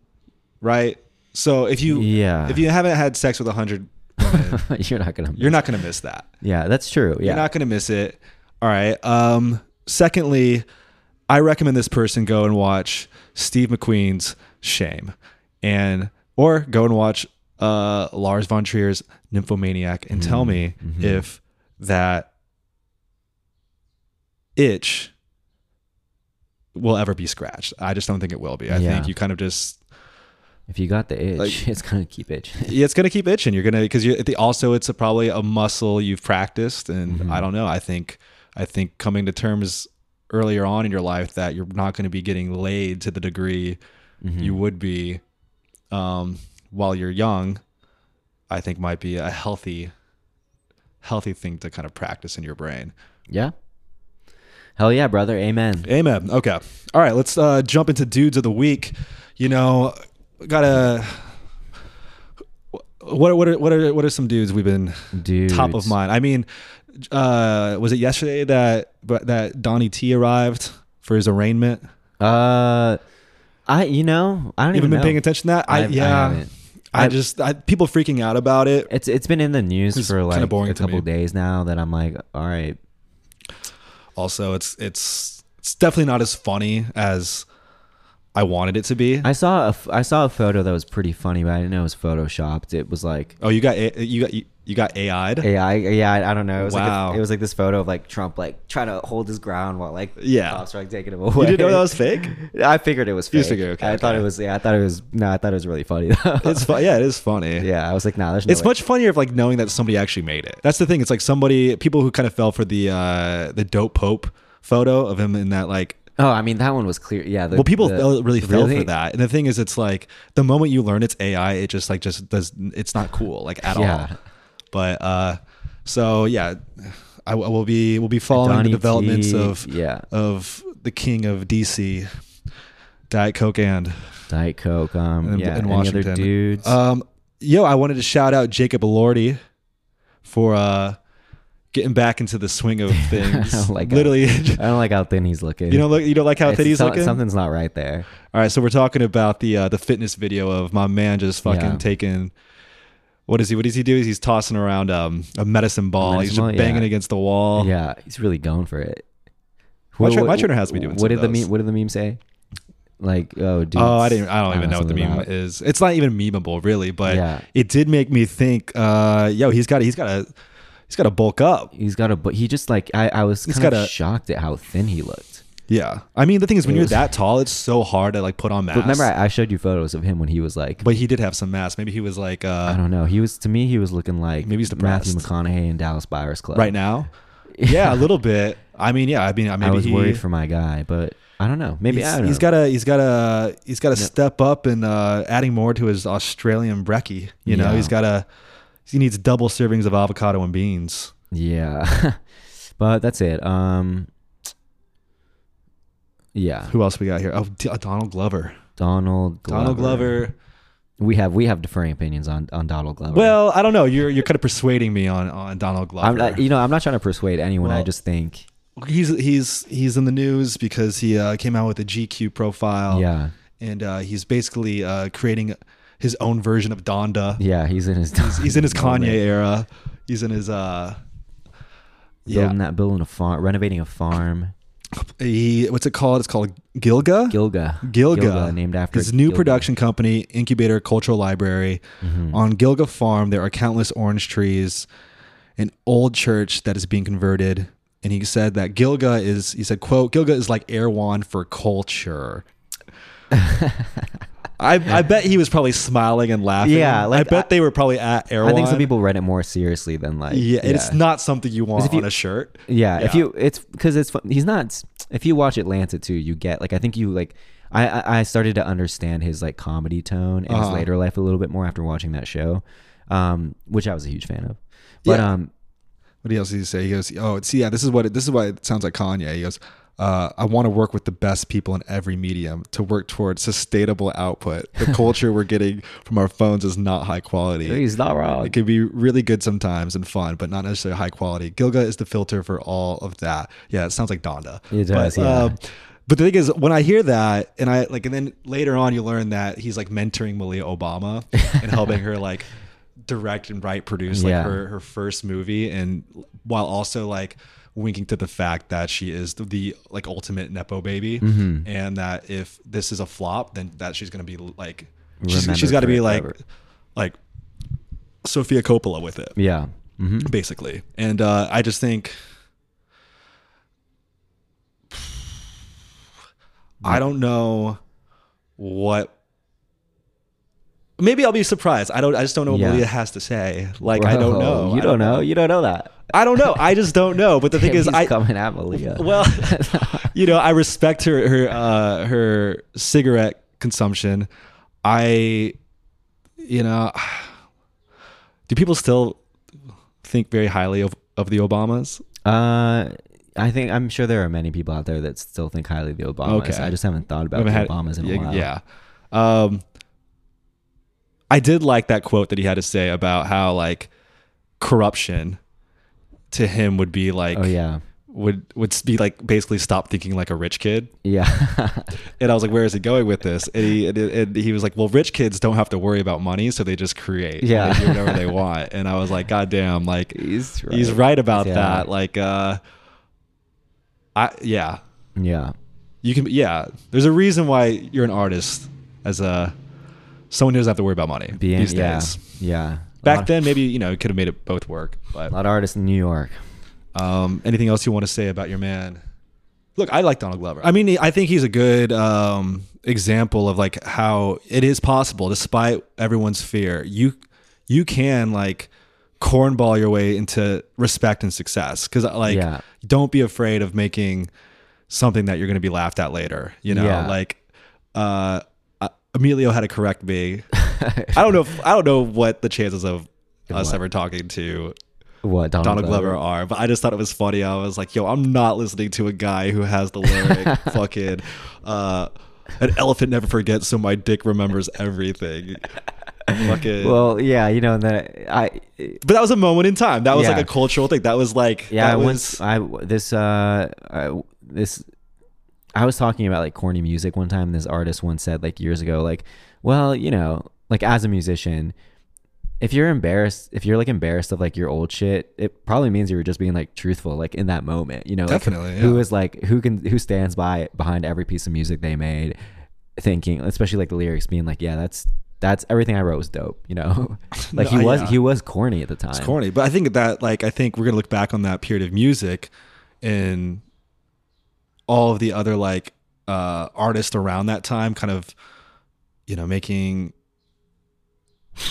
A: right? So if you
B: Yeah.
A: if you haven't had sex with a hundred,
B: You're not gonna.
A: you're not going to miss that.
B: yeah, that's true. Yeah.
A: You're not going to miss it. All right. Um, secondly, I recommend this person go and watch Steve McQueen's Shame, and or go and watch uh, Lars
B: Mm-hmm.
A: von Trier's Nymphomaniac, and tell me if that itch will ever be scratched. I just don't think it will be. I
B: Yeah.
A: think you kind of just
B: If you got the itch,
A: Like-
B: it's gonna keep itching.
A: yeah, it's gonna keep itching. You're gonna because you the, also it's a, probably a muscle you've practiced, and I don't know. I think I think coming to terms earlier on in your life that you're not going to be getting laid to the degree
B: Mm-hmm.
A: you would be um, while you're young. I think might be a healthy healthy thing to kind of practice in your brain.
B: yeah. Hell yeah, brother. Amen.
A: Amen. Okay. All right. Let's uh, jump into dudes of the week. You know, gotta. What what are, what are what are some dudes we've been
B: Dude.
A: top of mind? I mean, uh, was it yesterday that but that Donnie T arrived for his arraignment?
B: Uh I you know, I don't
A: You
B: even
A: haven't been
B: know.
A: paying attention to that? I,
B: I've- I
A: yeah.
B: haven't.
A: I,
B: I've-
A: just I, people freaking out about it.
B: It's it's been in the news
A: It's
B: for
A: kinda
B: like
A: boring
B: a
A: to
B: couple
A: me.
B: days now that I'm like, all right.
A: Also, it's it's it's definitely not as funny as I wanted it to be.
B: I saw a f- I saw a photo that was pretty funny, but I didn't know it was photoshopped. It was like
A: oh, you got A- you got you got AI'd.
B: AI. Yeah, I, I don't know. It was
A: Wow.
B: like a- it was like this photo of like Trump like trying to hold his ground while like
A: Yeah.
B: cops were like taking him away.
A: you didn't know that was fake.
B: I figured it was fake.
A: just figured, okay,
B: I thought
A: okay.
B: it was. Yeah, I thought it was. No, I thought it was really funny though.
A: It's fun. Yeah, it is funny.
B: yeah, I was like, nah, there's no.
A: It's
B: way.
A: much funnier if like knowing that somebody actually made it. That's the thing. It's like somebody, people who kind of fell for the uh the dope pope photo of him in that like.
B: Oh, I mean, that one was clear. Yeah. The,
A: Well, people
B: the-
A: fell- really fell
B: really?
A: for that. And the thing is, it's like the moment you learn it's AI, it just like just does. It's not cool like at
B: Yeah.
A: all. But uh, so yeah, I, w- I will be will be following
B: Donny
A: the developments
B: T,
A: of
B: yeah.
A: of the king of DC, Diet Coke and
B: Diet Coke. Um,
A: in,
B: yeah.
A: in
B: any
A: Washington.
B: other dudes?
A: Um, yo, I wanted to shout out Jacob Elordi for uh, getting back into the swing of things.
B: Like a-
A: literally,
B: I don't like how thin he's looking.
A: you don't look, you don't like how
B: It's-
A: thin he's
B: so-
A: looking.
B: Something's not right there.
A: All right, so we're talking about the uh, the fitness video of my man just fucking
B: Yeah.
A: taking. What is he? What does he do? Is he's tossing around um, a medicine ball?
B: medicine
A: he's
B: ball,
A: just banging
B: yeah.
A: against the wall.
B: Yeah, he's really going for it.
A: Oh. My
B: Wha-
A: tra-
B: wha-
A: my trainer has me doing
B: What
A: some
B: did
A: of
B: the meme?
A: those.
B: What did the meme say? Like, oh, dude.
A: Oh, I didn't. I don't even know what the meme
B: is.
A: is. It's not even memeable, really. But
B: Yeah.
A: it did make me think. Uh, yo, he's got. He's got to. He's got to bulk up.
B: He's got a, but he just like I, I was kind
A: got
B: of
A: a-
B: shocked at how thin he looked.
A: Yeah, I mean the thing is when
B: It
A: you're
B: was-
A: that tall, it's so hard to like put on mass.
B: But remember, I, I showed you photos of him when he was like,
A: but he did have some mass. Maybe he was like
B: I
A: uh,
B: don't know. He was to me, he was looking like
A: Maybe he's
B: Matthew
A: depressed.
B: McConaughey in Dallas Buyers Club.
A: right now. Yeah, a little bit. I mean, yeah. I mean, maybe
B: I was
A: he,
B: worried for my guy, but I don't know. Maybe
A: He's,
B: I don't
A: he's
B: know.
A: got to he's got to he's got to step up and uh, adding more to his Australian brekkie. You know,
B: Yeah.
A: he's got to he needs double servings of avocado and beans.
B: yeah, but that's it. Um, yeah,
A: Who else we got here? Oh, D- uh, Donald Glover.
B: Donald Glover.
A: Donald Glover.
B: We have we have differing opinions on on Donald Glover.
A: Well, I don't know. You're you're kind of persuading me on on Donald Glover.
B: I'm not, e- you know I'm not trying to persuade anyone. I
A: Well-
B: just think
A: he's he's he's in the news because he uh, came out with a GQ profile.
B: yeah
A: and uh, he's basically uh, creating his own version of Donda.
B: yeah he's in his
A: He's in his Kanye
B: moment.
A: era. He's in his uh, yeah.
B: building that building a farm renovating a farm
A: He what's it called? It's called Gilga.
B: Gilga
A: Gilga,
B: named after
A: his new
B: Gilga. Mm-hmm.
A: production company, Incubator Cultural Library. On Gilga Farm, there are countless orange trees, an old church that is being converted. And he said that Gilga is, he said, quote, Gilga is like Erewhon for culture. I, I bet he was probably smiling and laughing.
B: Yeah, like,
A: I bet
B: I-
A: they were probably at Erewhon.
B: I think some people read it more seriously than like
A: Yeah, it's not something you want
B: if you-
A: on a shirt.
B: yeah, if
A: Yeah.
B: you it's because it's fun. he's not if you watch Atlanta too you get like I think you like I I I started to understand his like comedy tone in his
A: Uh-huh.
B: later life a little bit more after watching that show, um which I was a huge fan of, but
A: Yeah.
B: um
A: What else did he say? He goes, "Oh, see, yeah, this is what it, this is why it sounds like Kanye." He goes, uh, "I want to work with the best people in every medium to work towards sustainable output. The culture we're getting from our phones is not high quality.
B: he's not wrong.
A: It can be really good sometimes and fun, but not necessarily high quality. Gilga is the filter for all of that. Yeah, it sounds like Donda.
B: It does,
A: But, um,
B: yeah.
A: but the thing is, when I hear that, and I like, and then later on, you learn that he's like mentoring Malia Obama and helping her like direct and write, produce like
B: Yeah.
A: her her first movie, and while also like winking to the fact that she is the, the like ultimate nepo baby,
B: Mm-hmm.
A: and that if this is a flop, then that she's gonna be like she's,
B: Remembered
A: she's got to be like
B: forever.
A: like Sophia Coppola with it
B: Yeah. hmm
A: basically. And uh, I just think I don't know what. Maybe I'll be surprised. I don't. I just don't know what
B: Yeah.
A: Malia has to say. Like I don't
B: Bro,
A: know.
B: You
A: I
B: don't know. You don't know that.
A: I don't know. I just don't know. But the thing is,
B: He's
A: I
B: coming at Malia.
A: well, you know, I respect her her uh, her cigarette consumption. I, you know, do people still think very highly of of the Obamas?
B: Uh, I think I'm sure there are many people out there that still think highly of the Obamas.
A: Okay.
B: I just haven't thought about
A: We
B: the
A: haven't
B: Obamas in a
A: yeah,
B: while.
A: Yeah. Um, I did like that quote that he had to say about how like corruption to him would be like
B: Oh yeah.
A: would would be like basically stop thinking like a rich kid.
B: Yeah.
A: And I was like, where is he going with this? And he and, and he was like, well, rich kids don't have to worry about money, so they just create.
B: Yeah.
A: They do whatever they want. And I was like, God damn, like
B: He's right.
A: he's right about
B: Yeah.
A: that. Like uh I yeah.
B: yeah.
A: You can yeah. There's a reason why you're an artist as a someone who doesn't have to worry about money
B: Being
A: these
B: yeah. Uh,
A: days.
B: Yeah. a
A: Back
B: lot,
A: then maybe, you know, it could have made it both work. But
B: a lot of artists in New York.
A: um, anything else you want to say about your man? Look, I like Donald Glover. I mean, he- I think he's a good um, example of like how it is possible, despite everyone's fear. You you can like cornball your way into respect and success because like
B: Yeah.
A: don't be afraid of making something that you're going to be laughed at later. You know,
B: Yeah.
A: like uh, uh, Emilio had to correct me. I don't know. If, I don't know what the chances of us
B: what?
A: ever talking to
B: What Donald,
A: Donald Glover are, but I just thought it was funny. I was like, yo, I'm not listening to a guy who has the lyric fucking uh an elephant never forgets, so my dick remembers everything. fucking
B: Well, yeah, you know, and then I,
A: But that was a moment in time. That was
B: Yeah.
A: like a cultural thing. That was like
B: yeah,
A: that
B: I
A: was,
B: once I this uh I, this I was talking about like corny music one time. This artist once said like years ago, like, well, you know, like as a musician, if you're embarrassed, if you're like embarrassed of like your old shit, it probably means you were just being like truthful, like in that moment, you know, like,
A: Definitely, yeah.
B: who is like who can who stands by behind every piece of music they made, thinking, especially like the lyrics being like, yeah, that's that's everything I wrote was dope, you know, like
A: No,
B: he was
A: yeah.
B: he was corny at the time,
A: it's corny. But I think that like I think we're gonna look back on that period of music and all of the other like uh artists around that time kind of you know making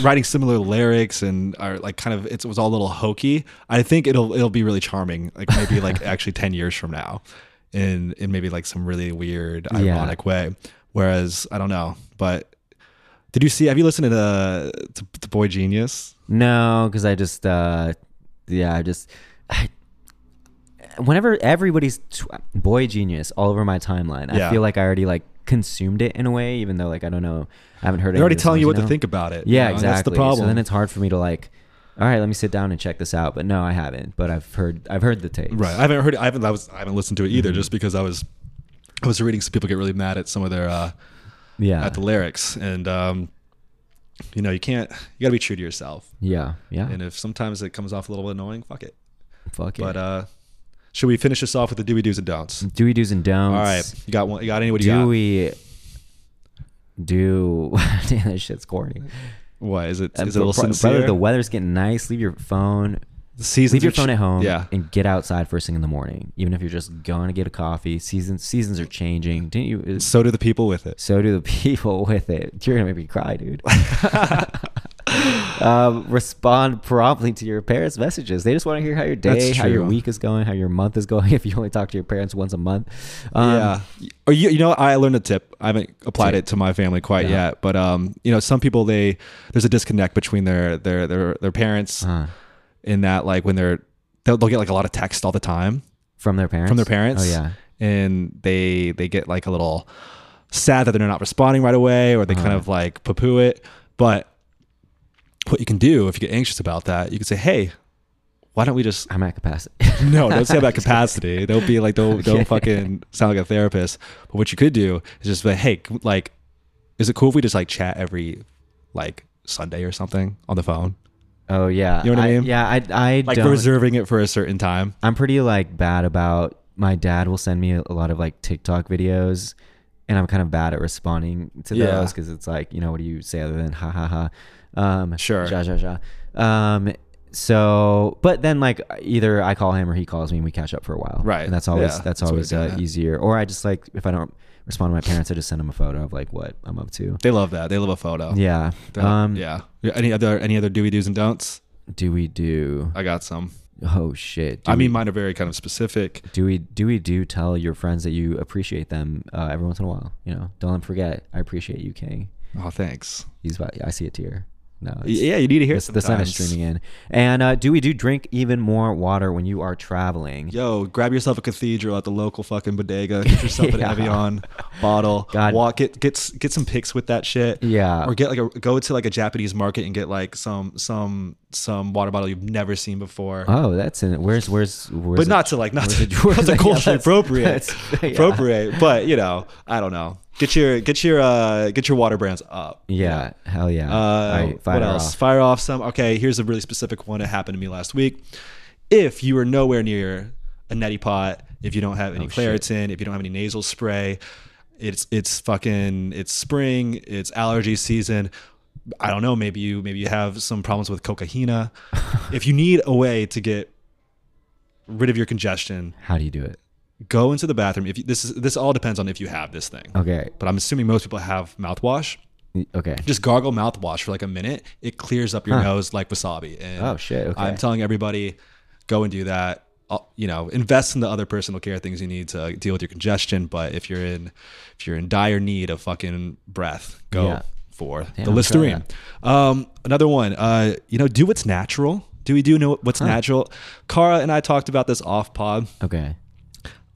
A: writing similar lyrics and are like kind of it's, it was all a little hokey i think it'll it'll be really charming like maybe like actually 10 years from now in in maybe like some really weird
B: Yeah.
A: ironic way whereas i don't know but did you see have you listened to the to, to boy genius
B: No, because I just, uh, yeah, I just, I, whenever everybody's tw- boy genius all over my timeline,
A: Yeah.
B: I feel like I already like consumed it in a way, even though like I don't know, I haven't heard.
A: they're already telling you what to think about it
B: Yeah,
A: you know, and
B: exactly.
A: that's the problem
B: So then it's hard for me to like, all right, let me sit down and check this out. But no, I haven't. But I've heard, I've heard the tapes.
A: Right. I haven't heard. I haven't. I was. I haven't listened to it
B: Mm-hmm.
A: either, just because I was. I was reading some people get really mad at some of their uh,
B: yeah.
A: at the lyrics, and um, you know you can't. You got to be true to yourself,
B: yeah. Yeah.
A: and if sometimes it comes off a little annoying, fuck it.
B: Fuck it.
A: But uh, should we finish this off with the do we do's and don'ts?
B: Dewey do's and don'ts.
A: All right. You got one. You got any? What do you
B: Do
A: got?
B: we do? Damn, this shit's corny.
A: what is it?
B: Uh,
A: Is it a little
B: bro-
A: sincere?
B: Brother, the weather's getting nice. Leave your phone.
A: The seasons
B: Leave your
A: are ch-
B: phone at home.
A: Yeah.
B: And get outside first thing in the morning, even if you're just going to get a coffee. Seasons seasons are changing. Didn't you? it's-
A: So do the people with it.
B: So do the people with it. You're gonna make me cry, dude. um, respond promptly to your parents' messages. They just want to hear how your day,
A: That's
B: how your
A: true.
B: week is going, how your month is going. If you only talk to your parents once a month, um,
A: yeah. Or you, you know, I learned a tip. I haven't applied
B: Tip.
A: it to my family quite
B: Yeah.
A: yet, but um, you know, some people they there's a disconnect between their their their their parents
B: uh,
A: in that like when they're they'll, they'll get like a lot of text all the time
B: from their parents.
A: from their parents.
B: Oh yeah.
A: and they they get like a little sad that they're not responding right away, or they
B: Uh-huh.
A: kind of like poo poo it. But what you can do if you get anxious about that, you can say, "Hey, why don't we just
B: I'm at capacity.
A: no, don't say about capacity. Don't be like don't don't fucking sound like a therapist. But what you could do is just be like, hey, c- like, is it cool if we just like chat every like Sunday or something on the phone?
B: Oh yeah.
A: You know what I mean?
B: Yeah. I I
A: Like
B: don't.
A: reserving it for a certain time.
B: I'm pretty like bad about my dad will send me a lot of like TikTok videos and I'm kind of bad at responding to
A: Yeah.
B: those cuz it's like, you know, what do you say other than ha ha ha. Um
A: Sure.
B: Ja ja ja. Um so but then like either i call him or he calls me and we catch up for a while
A: Right.
B: and that's always
A: Yeah.
B: that's
A: That's what
B: always
A: we do,
B: uh,
A: yeah.
B: easier or i just like if i don't respond to my parents i just send them a photo of like what i'm up to
A: They love that. They love a photo.
B: yeah
A: That-
B: um
A: yeah. Yeah, Any other any other Dewey do's and don'ts?
B: do we do
A: I got some.
B: oh shit do
A: I
B: we-
A: mean, mine are very kind of specific.
B: do we do we do tell your friends that you appreciate them uh, every once in a while you know don't let them forget i appreciate you king
A: Oh, thanks.
B: he's about i see a tear no
A: Y-
B: it's-
A: Yeah, you need to hear
B: the,
A: it
B: the sun is
A: sometimes.
B: streaming in and uh, do we do drink even more water when you are traveling
A: Yo, grab yourself a cathedral at the local fucking bodega. Get yourself
B: Yeah.
A: an Evian bottle.
B: God.
A: Walk get get s- get some pics with that shit.
B: Yeah.
A: Or get like a go to like a Japanese market and get like some some some water bottle you've never seen before.
B: Oh, that's in it. Where's where's where's
A: but
B: it-
A: not to like not
B: where's
A: to,
B: it-
A: not to
B: yeah,
A: culturally
B: that's-
A: appropriate
B: that's- yeah.
A: appropriate. But you know, I don't know. Get your get your uh get your water brands up.
B: Yeah, hell yeah. All
A: Uh,
B: right, fire
A: what else?
B: off.
A: Fire off some. Okay, here's a really specific one that happened to me last week. If you are nowhere near a neti pot, if you don't have
B: Oh,
A: any Claritin, if you don't have any nasal spray, it's it's fucking it's spring, it's allergy season. I don't know. Maybe you maybe you have some problems with cocaine. if you need a way to get rid of your congestion,
B: How do you do it?
A: go into the bathroom. If you, this is this all depends on if you have this thing,
B: Okay,
A: but I'm assuming most people have mouthwash
B: okay.
A: just gargle mouthwash for like a minute. It clears up your nose like wasabi. And
B: Oh, shit, okay.
A: I'm telling everybody, go and do that. Uh, you know, invest in the other personal care things you need to deal with your congestion. But if you're in, if you're in dire need of fucking breath, go
B: Yeah.
A: for
B: Damn,
A: the
B: I'll try
A: Listerine. Um, another one. Uh, you know, do what's natural. Do we do know what's natural? Kara and I talked about this off pod
B: Okay.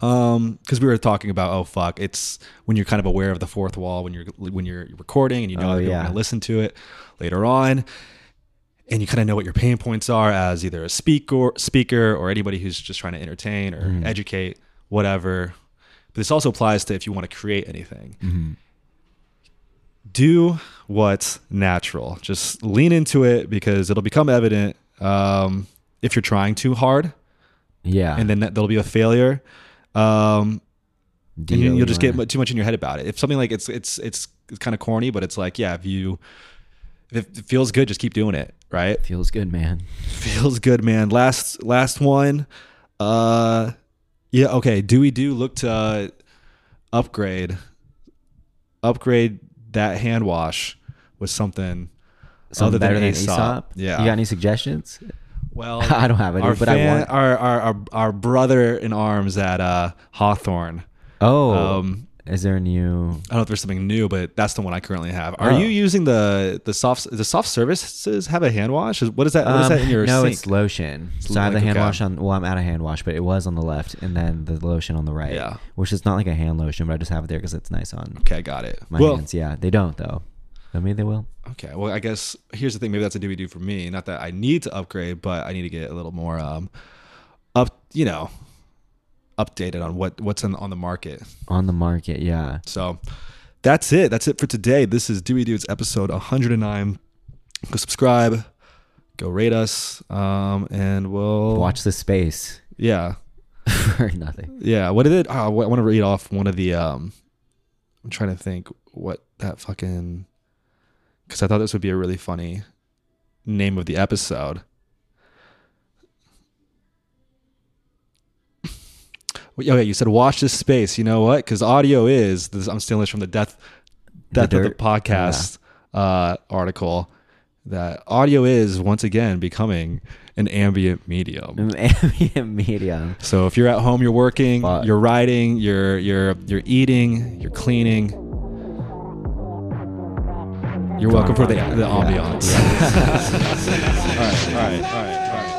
A: um because we were talking about oh fuck it's when you're kind of aware of the fourth wall when you're when you're recording and you know
B: Oh,
A: other people are
B: yeah.
A: going to listen to it later on and you kind of know what your pain points are as either a speaker speaker or anybody who's just trying to entertain or
B: Mm-hmm.
A: educate whatever but this also applies to if you want to create anything
B: Mm-hmm.
A: do what's natural just lean into it because it'll become evident um, if you're trying too hard
B: Yeah.
A: and then that, there'll be a failure um,
B: do
A: and you,
B: what
A: you'll just
B: you
A: get mu- too much in your head about it. If something like it's it's it's, it's kind of corny, but it's like yeah, if you if it feels good, just keep doing it. Right?
B: want. feels good, man.
A: Feels good, man. Last last one. Uh, yeah. Okay. Do we do look to uh, upgrade upgrade that hand wash with something?
B: Something
A: Other than
B: better than
A: Aesop.
B: Aesop.
A: Yeah.
B: You got any suggestions?
A: Well,
B: I don't have any,
A: our
B: but I
A: fan-
B: want-
A: our, our our our brother in arms at uh, Hawthorne.
B: Oh,
A: Um,
B: is there a new?
A: I don't know if there's something new, but that's the one I currently have. Are
B: Oh.
A: you using the the soft the soft services have a hand wash? Is- What is that? What is
B: Um,
A: that in your
B: no,
A: sink?
B: it's lotion. so I have the
A: like,
B: hand
A: okay.
B: wash on. Well, I'm out of hand wash, but it was on the left, and then the lotion on the right.
A: Yeah.
B: Which is not like a hand lotion, but I just have it there because it's nice on
A: okay, got it.
B: my
A: well,
B: hands. Yeah, they don't though. I mean, they will.
A: okay. Well, I guess here's the thing. Maybe that's a do for me. Not that I need to upgrade, but I need to get a little more um up. You know, updated on what what's in, on the market.
B: on the market. Yeah.
A: So that's it. That's it for today. This is Dewey Dudes episode 109. Go subscribe. Go rate us. Um, and we'll
B: Watch the space
A: Yeah.
B: for nothing.
A: Yeah, what did it? Oh, I want to read off one of the. um I'm trying to think what that fucking. Because I thought this would be a really funny name of the episode. Well, yeah, yeah, you said watch this space. You know what? Because audio is. This, I'm stealing this from the death,
B: The
A: death of the
B: dirt?
A: podcast uh, article. That audio is once again becoming an ambient medium.
B: Ambient medium.
A: So if you're at home, you're working,
B: Fuck.
A: you're riding, you're you're you're eating, you're cleaning. You're welcome for the the ambiance. all right, all right, all right, all right.